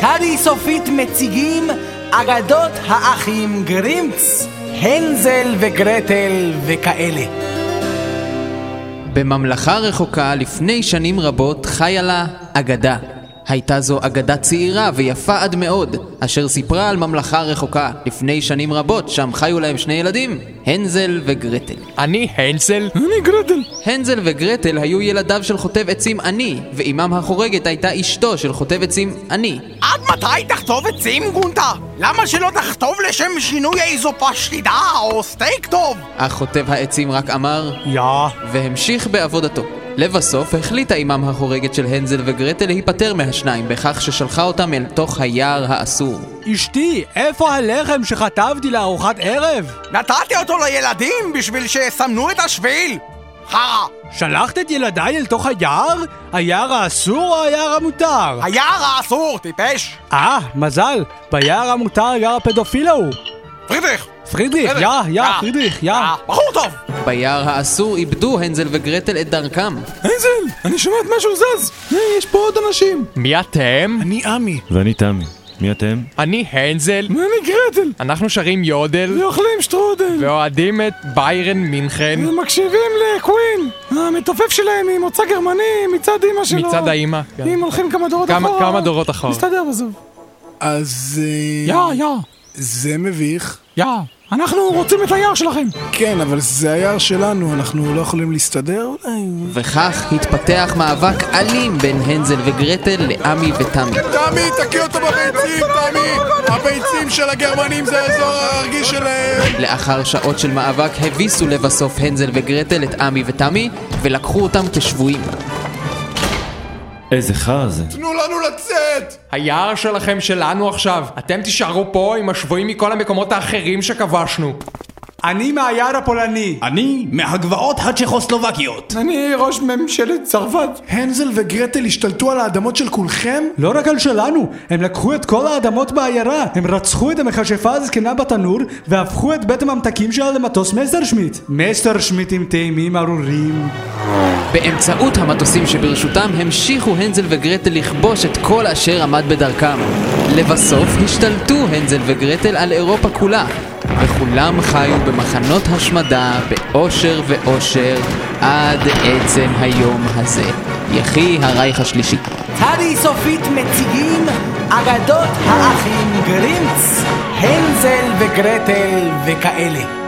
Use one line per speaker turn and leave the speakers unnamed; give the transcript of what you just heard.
טדי סופית מציגים אגדות האחים גרימץ, הנזל וגרטל וכאלה.
בממלכה רחוקה לפני שנים רבות חיה לה אגדה. הייתה זו אגדה צעירה ויפה עד מאוד, אשר סיפרה על ממלכה רחוקה לפני שנים רבות, שם חיו להם שני ילדים, הנזל וגרטל.
אני הנסל?
אני גרטל.
הנזל וגרטל היו ילדיו של חוטב עצים עני, ואימם החורגת הייתה אשתו של חוטב עצים עני.
עד מתי תכתוב עצים, גונטה? למה שלא תכתוב לשם שינוי איזו פשטידה או סטייק טוב?
אך חוטב העצים רק אמר,
יא.
והמשיך בעבודתו. לבסוף החליטה אימם החורגת של הנזל וגרטל להיפטר מהשניים בכך ששלחה אותם אל תוך היער האסור.
אשתי, איפה הלחם שחטבתי לארוחת ערב?
נתתי אותו לילדים בשביל שיסמנו את השביל! חרא!
שלחת את ילדיי אל תוך היער? היער האסור או היער המותר?
היער האסור, טיפש!
אה, מזל, ביער המותר גר הפדופיל ההוא.
פרידריך!
פרידריך, יא, יא, פרידריך, יא.
אה.
בחור טוב!
ביער האסור איבדו הנזל וגרטל את דרכם.
הנזל, אני שומעת משהו זז. אה, יש פה עוד אנשים.
מי אתם?
אני עמי.
ואני תמי. מי אתם?
אני הנזל.
ואני גרטל.
אנחנו שרים יודל,
ואוכלים שטרודל.
ואוהדים את ביירן מינכן,
ומקשיבים לקווין. המתופף שלהם ממוצא גרמני מצד אימא שלו.
מצד האימא. כן.
אם הולכים כמה דורות
כמה-
אחורה.
כמה דורות אחורה.
נסתדר בסוף.
אז אה,
יא, יא,
זה מביך.
יא. אנחנו רוצים את היער שלכם.
כן, אבל זה היער שלנו, אנחנו לא יכולים להסתדר אולי?
וכך התפתח מאבק אלים בין הנזל וגרטל לעמי ותמי.
תמי, תקיא אותו בביצים, תמי! הביצים של הגרמנים זה האזור הרגיש שלהם!
לאחר שעות של מאבק הביסו לבסוף הנזל וגרטל את עמי ותמי ולקחו אותם כשבויים.
איזה חרא זה.
תנו לנו לצאת!
היער שלכם שלנו עכשיו. אתם תישארו פה עם השבויים מכל המקומות האחרים שכבשנו.
אני מהיער הפולני.
אני מהגבעות הצ'כוסלובקיות.
אני ראש ממשלת צרפת.
הנזל וגרטל השתלטו על האדמות של כולכם?
לא רק על שלנו, הם לקחו את כל האדמות בעיירה, הם רצחו את המכשפה הזקנה בתנור, והפכו את בית הממתקים שלה למטוס מסטרשמיט. מסטרשמיטים טעימים ארורים.
באמצעות המטוסים שברשותם המשיכו הנזל וגרטל לכבוש את כל אשר עמד בדרכם. לבסוף השתלטו הנזל וגרטל על אירופה כולה, וכולם חיו במחנות השמדה, באושר ואושר, עד עצם היום הזה. יחי הרייך השלישי.
טלי סופית מציגים אגדות האחים גרימץ, הנזל וגרטל וכאלה.